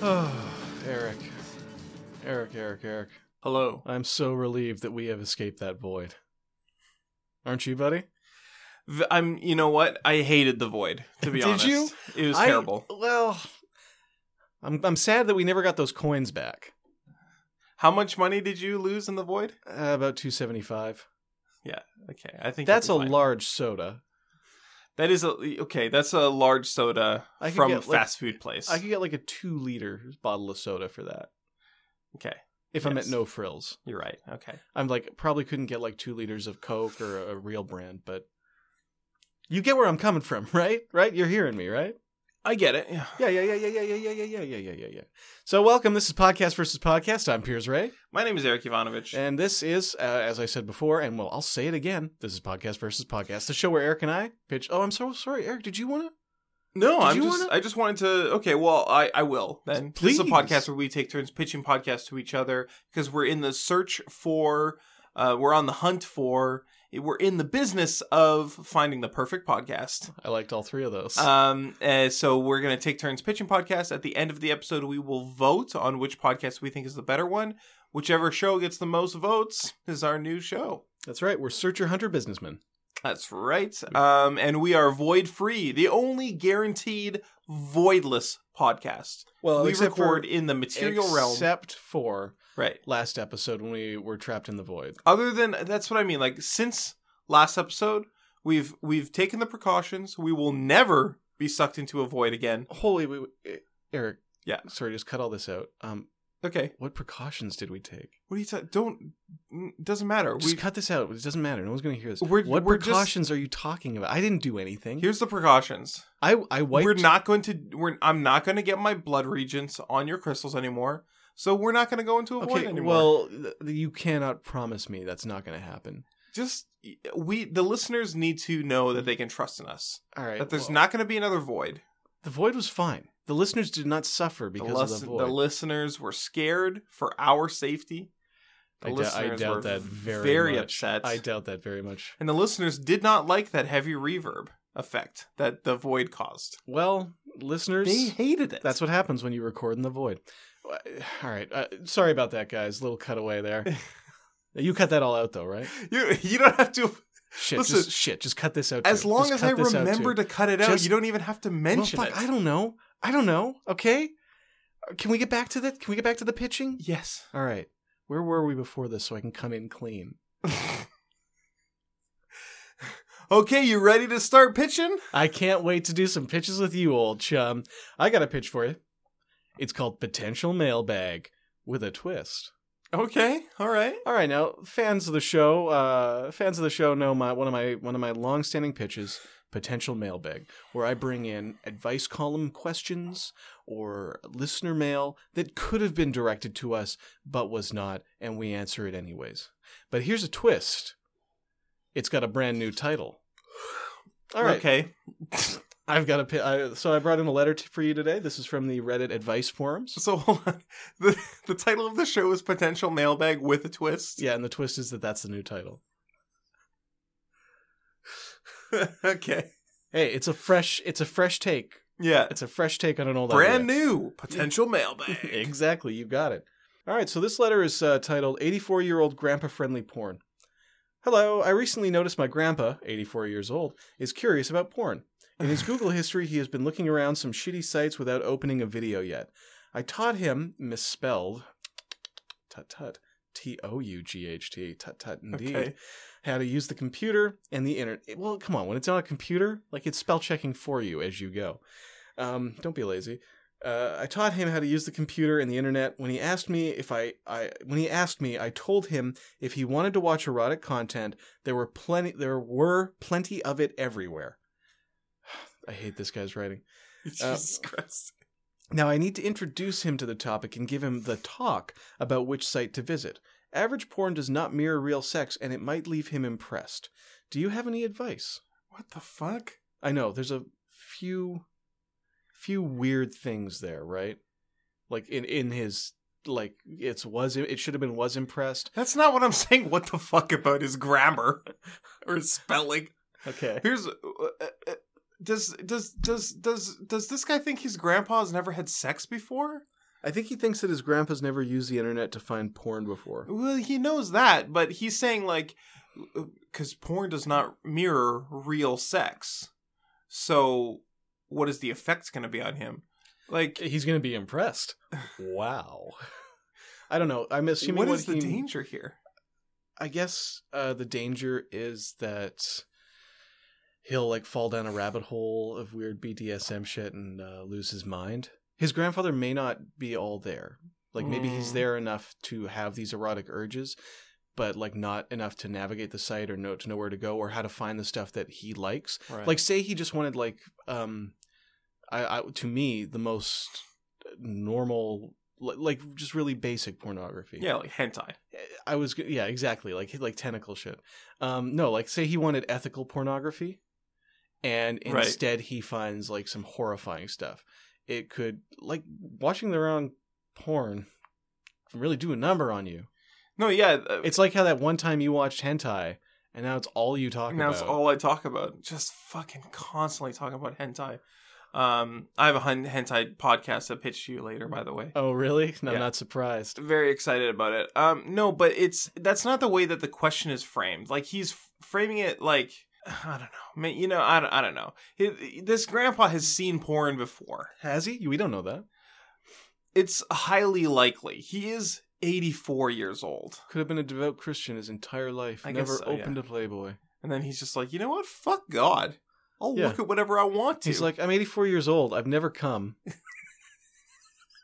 Eric. Eric, Eric, Eric. Hello. I'm so relieved that we have escaped that void. Aren't you, buddy? V- I'm. You know what? I hated the void. To be Did honest, you? It was I- terrible. Well, I'm I'm sad that we never got those coins back. How much money did you lose in the void? Uh, about 275. Okay, I think That's a you'll be fine. large soda. That is a okay. That's a large soda I could from a get, like- fast food place. I could get like a 2 liter bottle of soda for that Okay, if I'm at Yes. no frills. you're right. Okay, I'm like probably couldn't get like 2 liters of Coke or a, a real brand, but you get where I'm coming from, right? Right? You're hearing me, right? I get it. Yeah. Yeah, yeah, yeah, yeah, yeah, yeah, yeah, yeah, yeah, yeah, yeah, yeah. So welcome. This is Podcast versus Podcast. I'm Piers Ray, My name is Eric Ivanovich. and this is, uh, as I said before, and well, I'll say it again. This is Podcast versus Podcast, the show where Eric and I pitch. Oh, I'm so sorry, Eric. Did you want to? no, Did I'm you just. wanna- I just wanted to. Okay, well, I I will then. This is a Please. podcast where we take turns pitching podcasts to each other because we're in the search for. Uh, we're on the hunt for. We're in the business of finding the perfect podcast. I liked all three of those. Um, uh, so we're gonna take turns pitching podcasts. At the end of the episode, we will vote on which podcast we think is the better one. Whichever show gets the most votes is our new show. That's right. We're searcher, hunter, businessman. That's right. Um, and we are void free, the only guaranteed voidless podcast. Well, we except record for, in the material realm, except for right? last episode when we were trapped in the void. Other than that's what I mean. Like since last episode, we've we've taken the precautions. We will never be sucked into a void again. Holy, we, eh, Eric. Yeah. Sorry, just cut all this out. Um, Okay, what precautions did we take? what do you ta- don't? n- Doesn't matter. Just we cut this out. It doesn't matter. No one's going to hear this. We're- what we're just- precautions are you talking about? I didn't do anything. Here's the precautions. I I wiped. We're not going to. We're. I'm not going to get my blood regents on your crystals anymore. So we're not going to go into a void okay. anymore. Well, th- you cannot promise me that's not going to happen. just we the listeners need to know that they can trust in us. All right. That there's well, not going to be another void. The void was fine. The listeners did not suffer The, because lis- of the the, void. listeners were scared for our safety. The I, dou- I listeners were doubt that very much. upset. I doubt that very much. and the listeners did not like that heavy reverb effect that the void caused. Well, listeners, They hated it. that's what happens when you record in the void. All right. Uh, sorry about that, guys. Little cutaway there. you cut that all out though, right? you. You don't have to. Shit, Listen, just, shit, just cut this out. As too. long Just as cut I this out, too. remember to cut it out, Just- you don't even have to mention well, fuck, it. I don't know. I don't know. Okay. Uh, Can we get back to that? Can we get back to the pitching? Yes. All right. Where were we before this so I can come in clean? okay, you ready to start pitching? I can't wait to do some pitches with you, old chum. I got a pitch for you. It's called Potential Mailbag with a twist. Okay, all right. All right, now fans of the show, uh, fans of the show know my one of my one of my long-standing pitches, potential mailbag, where I bring in advice column questions or listener mail that could have been directed to us but was not, and we answer it anyways. But here's a twist: it's got a brand new title. All right, Okay. I've got a pi- I, so I brought in a letter t- for you today. This is from the Reddit advice forums. So hold on. The, the title of the show is Potential Mailbag with a Twist. Yeah, and the twist is that that's the new title. okay. Hey, it's a fresh it's a fresh take. Yeah. It's a fresh take on an old Brand idea. new Potential Mailbag. exactly, you got it. All right, so this letter is uh, titled 84 year old grandpa friendly porn. Hello, I recently noticed my grandpa, 84 years old, is curious about porn. In his Google history, he has been looking around some shitty sites without opening a video yet. I taught him, misspelled, tut tut, T O U G H T, tut tut indeed, Uh, Okay. how to use the computer and the internet. Well, come on, when it's on a computer, like it's spell checking for you as you go. Um, don't be lazy. Uh, I taught him how to use the computer and the internet. When he asked me if I, I, when he asked me, I told him if he wanted to watch erotic content, there were plenty, there were plenty of it everywhere. I hate this guy's writing. Jesus Christ. Now I need to introduce him to the topic and give him the talk about which site to visit. Average porn does not mirror real sex, and it might leave him impressed. Do you have any advice? What the fuck? I know there's a few few weird things there, right? Like in in his like it's was it should have been was impressed. That's not what I'm saying. What the fuck about his grammar or his spelling? Okay. Here's uh, uh, uh, does does does does does this guy think his grandpa has never had sex before? I think he thinks that his grandpa's never used the internet to find porn before. Well, he knows that, but he's saying like because porn does not mirror real sex. So, what is the effect going to be on him? Like, He's going to be impressed. Wow. I don't know. I'm assuming what is the he- danger here? I guess uh, the danger is that he'll like fall down a rabbit hole of weird BDSM shit and uh, lose his mind. His grandfather may not be all there. Like maybe he's Mm. there enough to have these erotic urges, but like not enough to navigate the site or know to know where to go or how to find the stuff that he likes. Right. Like say he just wanted like um, I, I to me the most normal li- like just really basic pornography. yeah, like hentai. I was g- yeah exactly like like tentacle shit. Um, no, like say he wanted ethical pornography, and Right. instead he finds like some horrifying stuff. It could like watching the wrong porn can really do a number on you. No, yeah. uh, It's like how that one time you watched hentai, and now it's all you talk now about. it's all I talk about. Just fucking constantly talking about hentai. Um, I have a hun- hentai podcast that pitch to you later, by the way. Oh really? No, Yeah. I'm not surprised. Very excited about it. Um, no, but it's that's not the way that the question is framed. Like he's f- framing it like I don't know. Man, you know, I don't, I don't know. He- this grandpa has seen porn before. Has he? We don't know that. It's highly likely he is 84 years old, Could have been a devout Christian his entire life. I guess never so, yeah. opened a Playboy. and then he's just like, you know what? Fuck God. I'll Yeah. look at whatever I want to. He's like, I'm 84 years old. I've never come.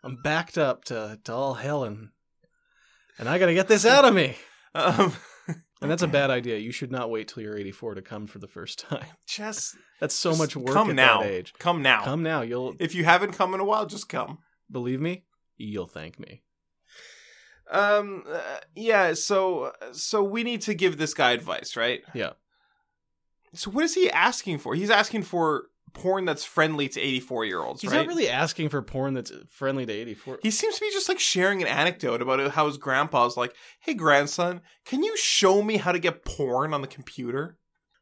I'm backed up to, to all hell, and, and I got to get this out of me. um, And that's a bad idea. You should not wait till you're 84 to come for the first time. just That's so Just much work come at now. that age. Come now. Come now. You'll If you haven't come in a while, just come. believe me. You'll thank me. Um, uh, yeah. So, so we need to give this guy advice, right? Yeah. So, what is he asking for? He's asking for porn that's friendly to eighty-four year olds, He's right? not really asking for porn that's friendly to 84. he seems to be just like sharing an anecdote about how his grandpa's like, "Hey, grandson, can you show me how to get porn on the computer?"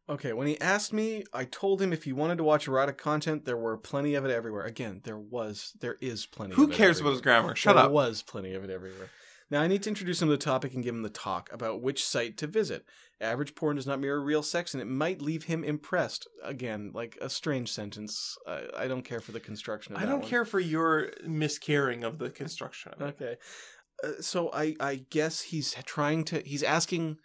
Okay, when he asked me, I told him if he wanted to watch erotic content, there were plenty of it everywhere. Again, there was, there is plenty. Who of it cares everywhere. about his grammar? Shut there up. was plenty of it everywhere. Now I need to introduce him to the topic and give him the talk about which site to visit. Average porn does not mirror real sex, and it might leave him impressed. Again, like a strange sentence. I, I don't care for the construction. Of I that don't one. care for your miscarrying of the construction. Of it. Okay, uh, so I I guess he's trying to. He's asking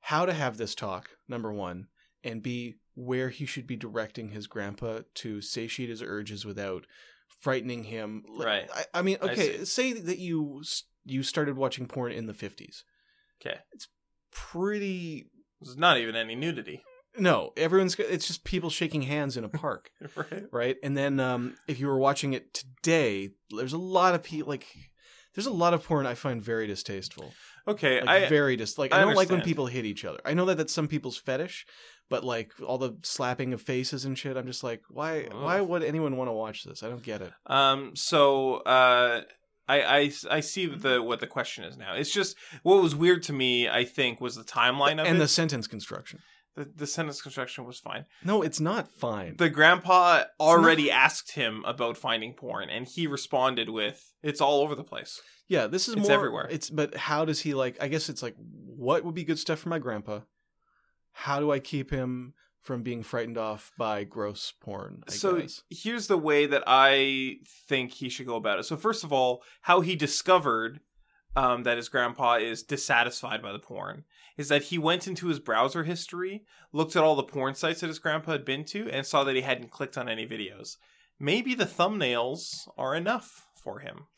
how to have this talk. Number one, and b where he should be directing his grandpa to satiate his urges without frightening him. Like, Right. I, I mean, I okay. say that you s- you started watching porn in the fifties. Okay. pretty There's not even any nudity, no everyone's it's just people shaking hands in a park right? right and then um if you were watching it today there's a lot of people like there's a lot of porn i find very distasteful Okay, like I very dis like i, I don't like when understand. people hit each other i know that that's some people's fetish but like all the slapping of faces and shit i'm just like why Ugh. why would anyone want to watch this i don't get it Um. So, uh, I, I, I see the what the question is now. It's just what was weird to me. I think was the timeline of and it. the sentence construction The, the sentence construction was fine. no it's not fine The grandpa already asked him about finding porn, and he responded with, "It's all over the place." yeah this is It's more everywhere. it's but how does he like i guess it's like what would be good stuff for my grandpa how do i keep him from being frightened off by gross porn I so guess. here's the way that I think he should go about it. So first of all, how he discovered um, that his grandpa is dissatisfied by the porn is that he went into his browser history, looked at all the porn sites that his grandpa had been to, and saw that he hadn't clicked on any videos. Maybe the thumbnails are enough for him.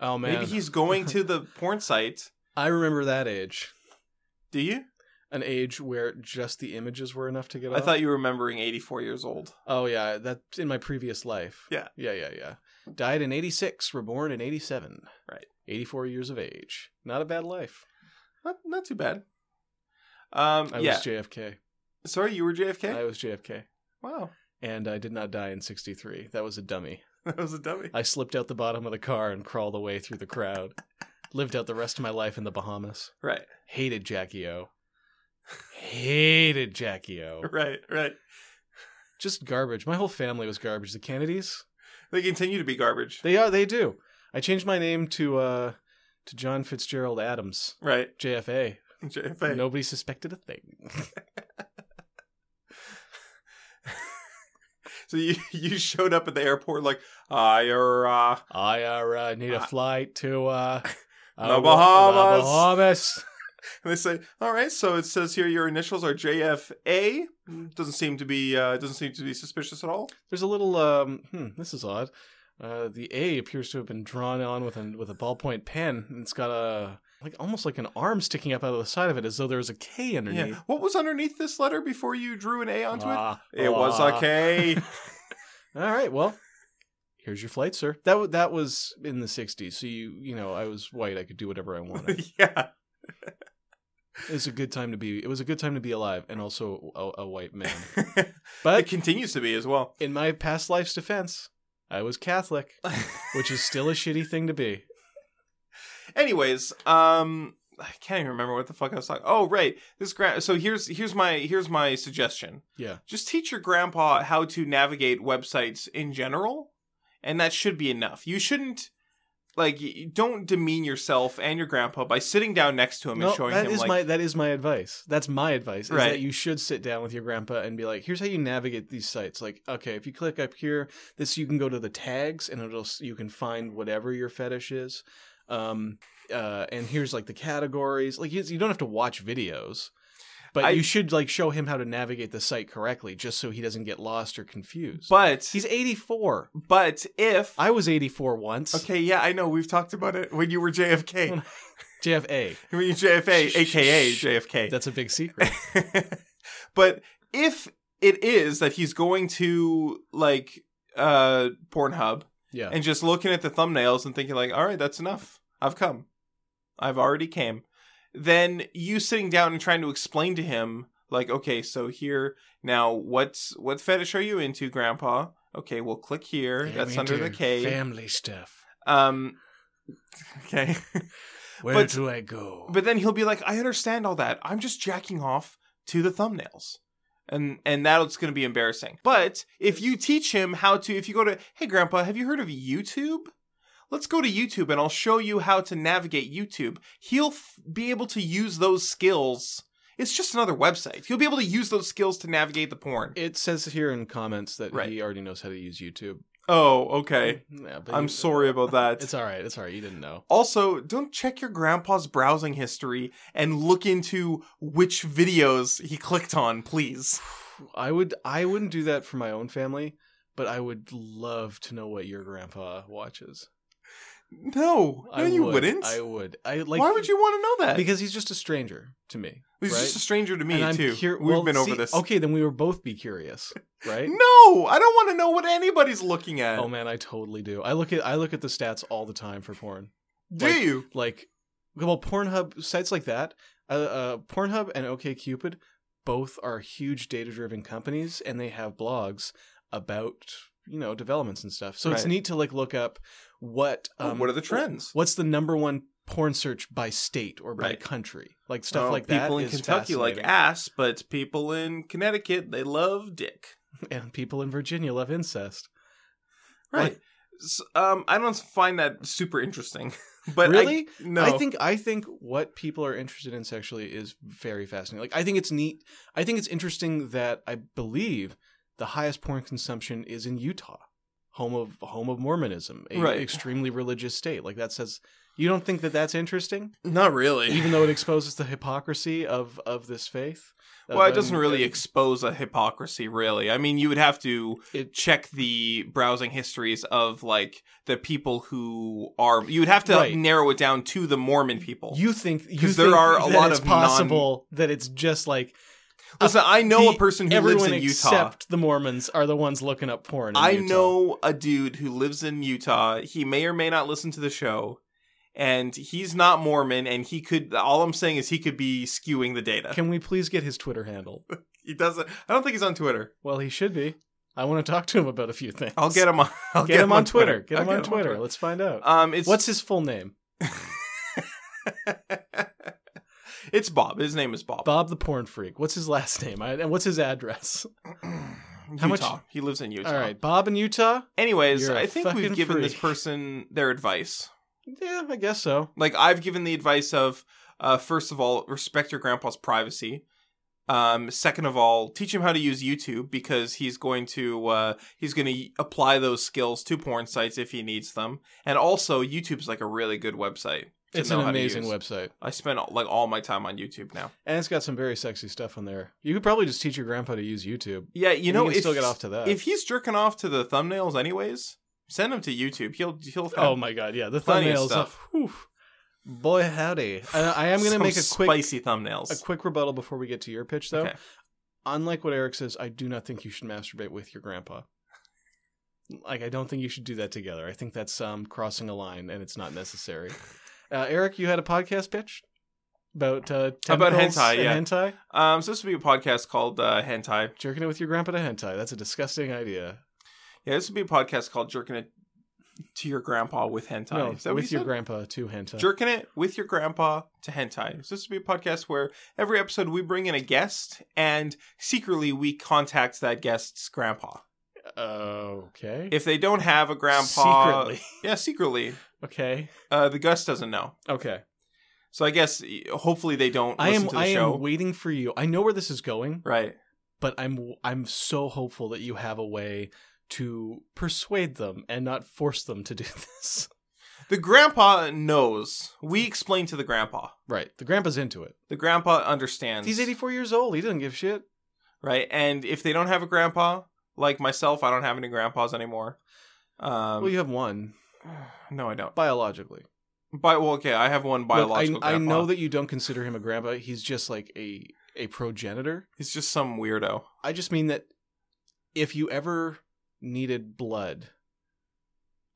oh man Maybe he's going to the porn site. i remember that age Do you? an age where just the images were enough to get I off. thought you were remembering 84 years old. oh yeah that's in my previous life Yeah. yeah yeah yeah died in 86 reborn in 87 Right. 84 years of age not a bad life Not, not too bad. Um, i yeah. was jfk Sorry, you were JFK. i was jfk Wow, and i did not die in 63 that was a dummy that was a dummy. I slipped out the bottom of the car and crawled away through the crowd. Lived out the rest of my life in the Bahamas. Right. Hated Jackie O. Hated Jackie O. Right, right. Just garbage. My whole family was garbage. The Kennedys, They continue to be garbage. they are. They do. I changed my name to uh to John Fitzgerald Adams, Right. JFA. JFA. Nobody suspected a thing. So you, you showed up at the airport like, I or uh, I uh, need a Uh, flight to uh, The The Bahamas. Bahamas. and they say, all right, so it says here your initials are JFA. Doesn't seem to be uh, doesn't seem to be suspicious at all. There's a little. Um, hmm, this is odd. Uh, the A appears to have been drawn on with a with a ballpoint pen. And it's got a like almost like an arm sticking up out of the side of it, as though there was a K underneath. Yeah. What was underneath this letter before you drew an A onto it? Ah, It was ah. a K. All right, well, here's your flight, sir. That w- that was in the '60s, so you you know I was white. I could do whatever I wanted. yeah. it was a good time to be. It was a good time to be alive, and also a, a white man. it But continues to be as well. in my past life's defense, I was Catholic, which is still a shitty thing to be. Anyways, um I can't even remember what the fuck I was talking. Oh, right. This grand so here's here's my here's my suggestion. Yeah. Just teach your grandpa how to navigate websites in general, and that should be enough. You shouldn't like y- don't demean yourself and your grandpa by sitting down next to him No, and showing that him is like my that is my advice. That's my advice. Is Right. that you should sit down with your grandpa and be like, "Here's how you navigate these sites. Like, okay, if you click up here, this you can go to the tags and it'll s- you can find whatever your fetish is. Um, uh, and here's like the categories. Like, you, you don't have to watch videos, but I- you should like show him how to navigate the site correctly, just so he doesn't get lost or confused. but he's 84. but if I was 84 once. Okay, yeah, I know. We've talked about it when you were JFK. JFA. when you JFA, Shh, shh, aka shh. JFK. That's a big secret. but if it is that he's going to like uh Pornhub Yeah. and just looking at the thumbnails and thinking like, "All right, that's enough. I've come. I've already came." Then you sitting down and trying to explain to him like, "Okay, so here now what's what fetish are you into, grandpa?" Okay, well, click here. Yeah, that's me under the too. K. Family stuff. Um okay. Where But- do I go? But then he'll be like, "I understand all that. I'm just jacking off to the thumbnails." And and that's going to be embarrassing. But if you teach him how to if you go to, "Hey grandpa, have you heard of YouTube?" Let's go to YouTube and I'll show you how to navigate YouTube. He'll f- be able to use those skills. It's just another website. He'll be able to use those skills to navigate the porn. It says here in comments that Right. he already knows how to use YouTube. Mm-hmm. Oh, okay. Yeah, but I'm he- sorry about that. It's all right. It's all right. You didn't know. Also, don't check your grandpa's browsing history and look into which videos he clicked on, please. I would. I wouldn't do that for my own family, but I would love to know what your grandpa watches. No, no, I you would, would. not I would. I like. Why would you want to know that? Because he's just a stranger to me. he's right? just a stranger to me And I'm too. cur- We've well, been over see, this. Okay, then we would both be curious, right? No, I don't want to know what anybody's looking at. Oh man, I totally do. I look at I look at the stats all the time for porn. Do like- you? like well pornhub sites like that uh, uh pornhub and okcupid both are huge data driven companies and they have blogs about you know developments and stuff so it's Right. neat to like look up what Oh, um, what are the trends? what's the number one porn search by state or by Right. country like stuff Oh, like that people in is Kentucky like fascinating. ass, but people in Connecticut they love dick. and people in virginia love incest Right. S um, I don't find that super interesting. But I- really no, I think I think what people are interested in sexually is very fascinating. Like I think it's neat. I think it's interesting that I believe the highest porn consumption is in Utah, home of home of Mormonism, a Right. extremely religious state. Like that says you don't think that that's interesting, not really. even though it exposes the hypocrisy of of this faith. Well, it Of- um, uh, doesn't really and expose a hypocrisy, really. I mean, you would have to It- check the browsing histories of like the people who are. You would have to Right. narrow it down to the Mormon people. you think you 'Cause there think are a that lot it's of non- possible that it's just like Listen, I know the- a person who lives everyone in Utah. except the Mormons are the ones looking up porn. in I Utah. know a dude who lives in Utah. He may or may not listen to the show, and he's not Mormon. And he could. All I'm saying is he could be skewing the data. Can we please get his Twitter handle? He doesn't. I don't think he's on Twitter. Well, he should be. I want to talk to him about a few things. I'll get him on. I'll get, him, on Twitter. Get I'll him on Twitter. Let's find out. Um, it's What's his full name? it's Bob. His name is Bob. Bob the Porn Freak. What's his last name? I, and what's his address? How much- Utah. He lives in Utah. All right, Bob in Utah. Anyways, You're a I think we've fucking given this freak. person their advice. Yeah, I guess so. Like I've given the advice of, uh, first of all, respect your grandpa's privacy. Um, second of all, teach him how to use YouTube because he's going to uh, he's going to apply those skills to porn sites if he needs them. And also, YouTube's like a really good website. to It's know an how to amazing use. website, I spend like all my time on YouTube now. and it's got some very sexy stuff on there. You could probably just teach your grandpa to use YouTube. Yeah, you and know, he if, can still get off to that. if he's jerking off to the thumbnails, anyways, send him to YouTube. He'll he'll find oh my god, yeah, the Plenty of thumbnails. stuff. whew. Boy howdy! I, I am going to some make a quick spicy thumbnails. a quick rebuttal before we get to your pitch, though. Okay. Unlike what Eric says, I do not think you should masturbate with your grandpa. Like, I don't think you should do that together. I think that's um, crossing a line, and it's not necessary. Uh, Eric, you had a podcast pitch about uh, About tentacles hentai, and yeah. hentai. Um, so this would be a podcast called uh, Hentai. Jerking it with your grandpa to hentai. That's a disgusting idea. Yeah, this would be a podcast called Jerking It to Your Grandpa with Hentai. No, Is that what with you your said? grandpa to hentai. Jerking It with Your Grandpa to Hentai. So this would be a podcast where every episode we bring in a guest and secretly we contact that guest's grandpa. okay. If they don't have a grandpa. Secretly. Yeah, secretly. okay. Uh, the Gus doesn't know. Okay. So I guess y- hopefully they don't I listen am. to the I show. am waiting for you. I know where this is going. right. but I'm I'm so hopeful that you have a way to persuade them and not force them to do this. The grandpa knows. We explain to the grandpa. Right. The grandpa's into it. The grandpa understands. He's 84 years old. He doesn't give a shit. right? And if they don't have a grandpa, like myself, I don't have any grandpas anymore. Um, well, you have one no, I don't. biologically. Bi- well, okay, I have one biological Look, I, I grandpa. know that you don't consider him a grandpa. He's just like a a progenitor. he's just some weirdo. I just mean that if you ever needed blood,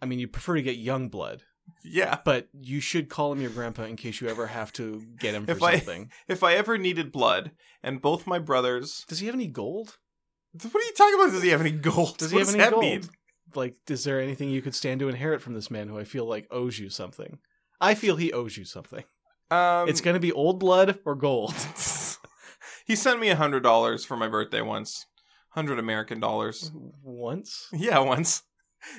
I mean, you prefer to get young blood, Yeah. but you should call him your grandpa in case you ever have to get him for If I- something. If I ever needed blood, and both my brothers, Does he have any gold? what are you talking about? Does he have any gold? Does he What have does any that gold? mean? Like, is there anything you could stand to inherit from this man who I feel like owes you something? I feel he owes you something. Um, it's going to be old blood or gold. he sent me a hundred dollars for my birthday once. Hundred American dollars. Once, Yeah, once.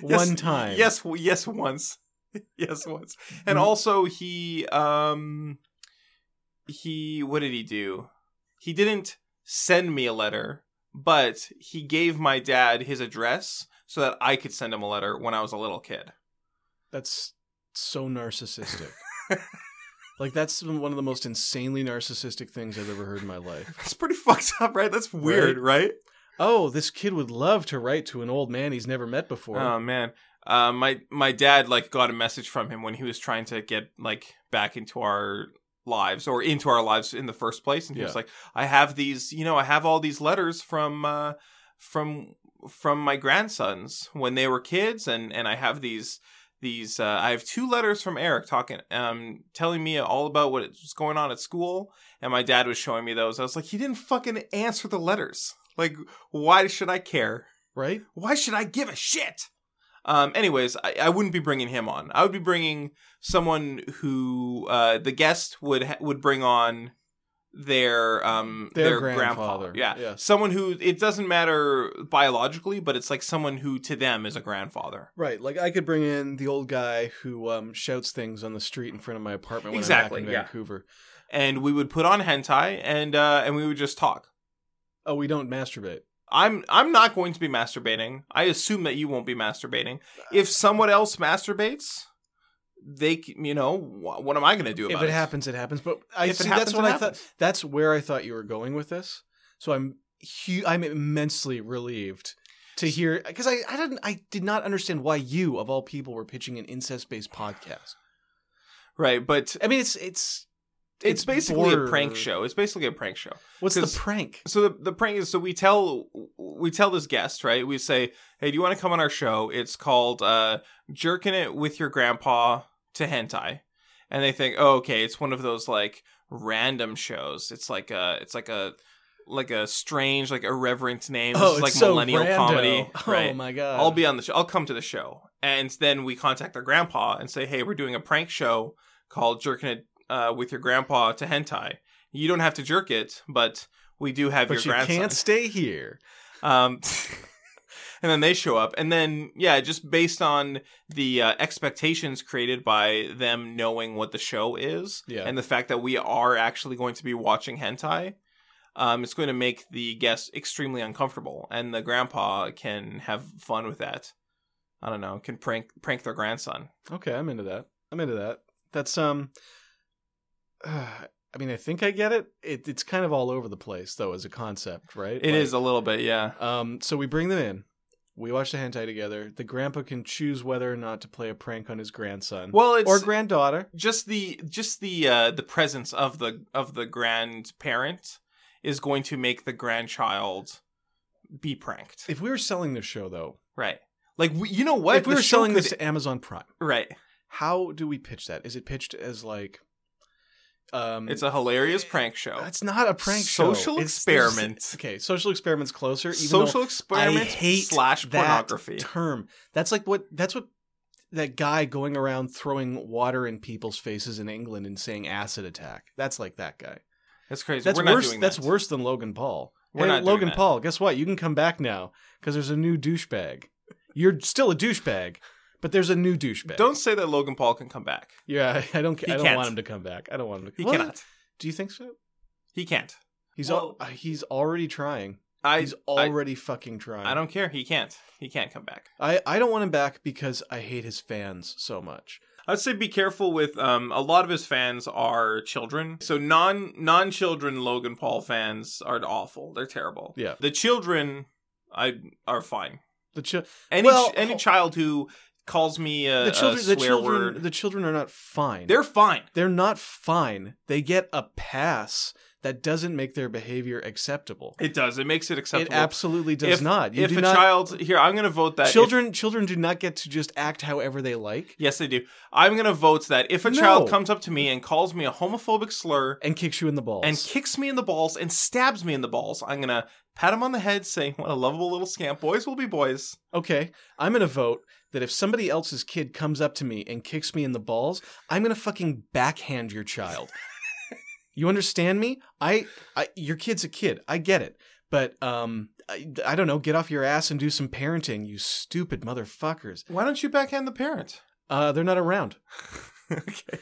Yes, one time. Yes, w- yes, once. yes, once. And Mm. also he um he what did he do? He didn't send me a letter, but he gave my dad his address so that I could send him a letter when I was a little kid. that's so narcissistic. like that's one of the most insanely narcissistic things I've ever heard in my life. That's pretty fucked up, right? That's weird, right? Oh, this kid would love to write to an old man he's never met before. Oh man. Uh, my my dad like got a message from him when he was trying to get like back into our lives or into our lives in the first place, and he was Yeah. like, "I have these, you know, I have all these letters from uh, from from my grandsons when they were kids, and and I have these these uh, I have two letters from Eric talking, um, telling me all about what was going on at school, and my dad was showing me those. I was like, he didn't fucking answer the letters. Like, why should I care? right? Why should I give a shit? Um, anyways, I, I wouldn't be bringing him on. I would be bringing someone who uh, the guest would ha- would bring on their um Their grandfather. grandfather, Yeah. yeah. someone who it doesn't matter biologically, but it's like someone who to them is a grandfather. Right. Like I could bring in the old guy who um, shouts things on the street in front of my apartment when Exactly, I'm back in yeah. Vancouver. And we would put on hentai and uh, and we would just talk. Oh, we don't masturbate. I'm I'm not going to be masturbating. I assume that you won't be masturbating. If someone else masturbates, they c- you know wh- what am I going to do about if it happens, it happens. But I If it see, happens, that's what it I thought. happens. That's where I thought you were going with this. So I'm hu- I'm immensely relieved to hear because I, I didn't I did not understand why you of all people were pitching an incest based podcast. Right, but I mean, it's it's it's, It's basically a border- prank show. It's basically a prank show. what's the 'Cause- prank? So the, the prank is so we tell we tell this guest right. We say, hey, do you want to come on our show? It's called uh, jerking it with your grandpa to hentai, and they think, oh, okay, it's one of those like random shows. It's like a it's like a like a strange like irreverent name. Oh, This is like millennial rando. comedy. Oh right. my god! I'll be on the show. I'll come to the show, and then we contact their grandpa and say, "Hey, we're doing a prank show called Jerking It uh, with Your Grandpa to Hentai. You don't have to jerk it, but we do have but your you grandson." can't stay here. Um, and then they show up, and then yeah, just based on the uh, expectations created by them knowing what the show is, Yeah. and the fact that we are actually going to be watching hentai, um, it's going to make the guests extremely uncomfortable, and the grandpa can have fun with that. I don't know, can prank prank their grandson. Okay, I'm into that. I'm into that. That's um. uh, I mean, I think I get it. it. It's kind of all over the place, though, as a concept, right? It is a little bit, yeah. Um, so we bring them in. We watch the hentai together. The grandpa can choose whether or not to play a prank on his grandson Well, it's or granddaughter. just the just the uh the presence of the of the grandparent is going to make the grandchild be pranked If we were selling this show, though, right like we, you know what if we The were show selling could- this to Amazon Prime, right how do we pitch that? Is it pitched as like, um, it's a hilarious prank show it's not a prank show. Social It's- experiment. it's- okay, social experiment's closer. Even though social experiment I hate slash that pornography term. That's like what that's what that guy going around throwing water in people's faces in England and saying acid attack. That's like that guy. that's crazy That's we're not worse. doing That's that. worse than Logan Paul. We're Hey, not doing Logan that. Paul. Guess what? You can come back now because there's a new douchebag. You're still a douchebag, but there's a new douchebag. don't say that logan paul can come back Yeah, I don't. He I don't can't. want him to come back. I don't want him to. he Well, cannot Do you think so? he can't He's Well- al- uh, he's already trying. i He's already fucking trying. I don't care he can't he can't come back I, I don't want him back because I hate his fans so much. I'd say be careful with um, a lot of his fans are children. So non non children Logan Paul fans are awful. They're terrible. Yeah. The children I are fine. The chi- Any Well- any child who calls me a, the children a the swear children word, the children are not fine. they're fine. they're not fine. They get a pass that doesn't make their behavior acceptable. It does. It makes It it acceptable. absolutely does If- not. You if do a not child here, I'm going to vote that if- children children do not get to just act however they like yes, they do. I'm going to vote that if a No. child comes up to me and calls me a homophobic slur and kicks you in the balls. and kicks me in the balls and stabs me in the balls, I'm going to pat him on the head, saying, "What a lovable little scamp! Boys will be boys." okay, I'm going to vote that if somebody else's kid comes up to me and kicks me in the balls, I'm going to fucking backhand your child. you understand me? I, I your kid's a kid. I get it. But um I, I don't know, get off your ass and do some parenting, you stupid motherfuckers. Why don't you backhand the parent? Uh they're not around. okay.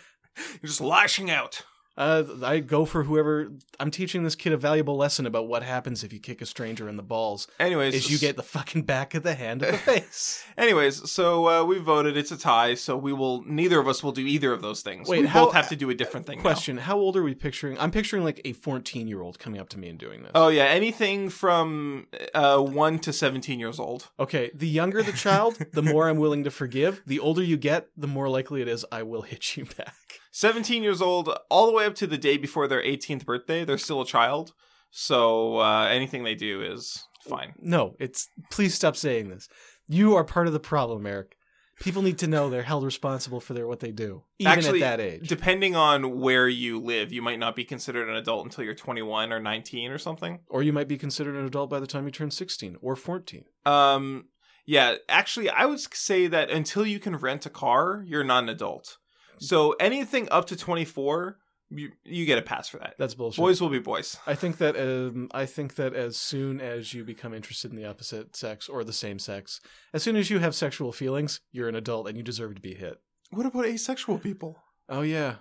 You're just lashing out. Uh, I go for whoever. I'm teaching this kid a valuable lesson about what happens if you kick a stranger in the balls. Anyways, Is you get the fucking back of the hand of the face. Anyways, so uh, we voted. It's a tie, so we will. Neither of us will do either of those things. Wait, we how- both have to do a different thing. now. Question: How old are we picturing? I'm picturing like a 14 year old coming up to me and doing this. Oh yeah, anything from uh, one to seventeen years old. Okay, the younger the child, the more I'm willing to forgive. The older you get, the more likely it is I will hit you back. Seventeen years old, all the way up to the day before their eighteenth birthday, they're still a child. So uh, anything they do is fine. No, it's please stop saying this. You are part of the problem, Eric. People need to know they're held responsible for their what they do, even Actually, at that age. Depending on where you live, you might not be considered an adult until you're 21 or 19 or something. or you might be considered an adult by the time you turn 16 or 14. Um, yeah, actually, I would say that until you can rent a car, you're not an adult. So anything up to 24, you, you get a pass for that. That's bullshit. Boys will be boys. I think that um, I think that as soon as you become interested in the opposite sex or the same sex, as soon as you have sexual feelings, you're an adult and you deserve to be hit. What about asexual people? Oh yeah,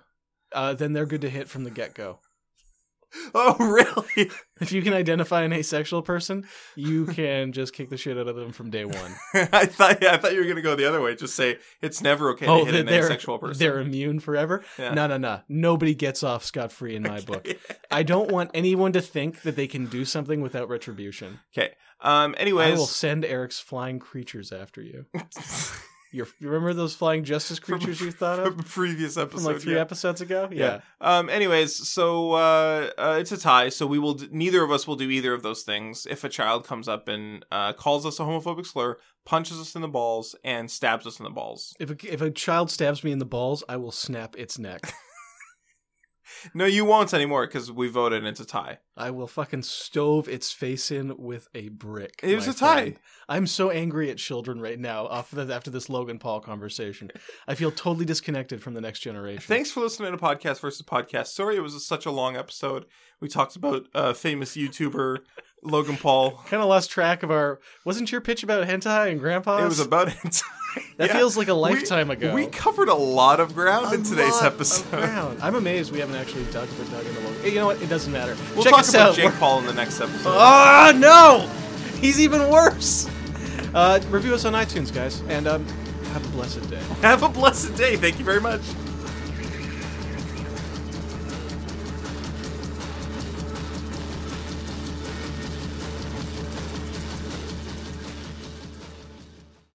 uh, then they're good to hit from the get go. Oh, really? If you can identify an asexual person, you can just kick the shit out of them from day one. I thought yeah, I thought you were gonna go the other way. Just say it's never okay to oh, hit an they're asexual person. they're immune forever. Yeah. No, no, no. Nobody gets off scot free in my book. I don't want anyone to think that they can do something without retribution. Okay. Um. I will Anyways, send Eric's flying creatures after you. Your, you remember those flying justice creatures you thought of from a previous episode, from like three yeah. episodes ago? Yeah. Um. Anyways, so uh, uh, it's a tie. So we will. d- Neither of us will do either of those things. If a child comes up and uh, calls us a homophobic slur, punches us in the balls, and stabs us in the balls. If a, if a child stabs me in the balls, I will snap its neck. No, you won't anymore because we voted and it's a tie. I will fucking stove its face in with a brick. It was my a tie. friend. I'm so angry at children right now off of after this Logan Paul conversation. I feel totally disconnected from the next generation. Thanks for listening to Podcast versus Podcast. Sorry, it was such a long episode. We talked about uh, famous YouTuber Logan Paul. Kind of lost track of our. Wasn't your pitch about hentai and grandpas? It was about it. That yeah. feels like a lifetime ago. We covered a lot of ground in A today's lot of episode. ground. I'm amazed we haven't actually talked about Doug in a long. You know what? It doesn't matter. We'll Check talk us about out. Jake Paul in the next episode. Oh no! He's even worse. Uh, review us on iTunes, guys, and um, have a blessed day. Have a blessed day. Thank you very much.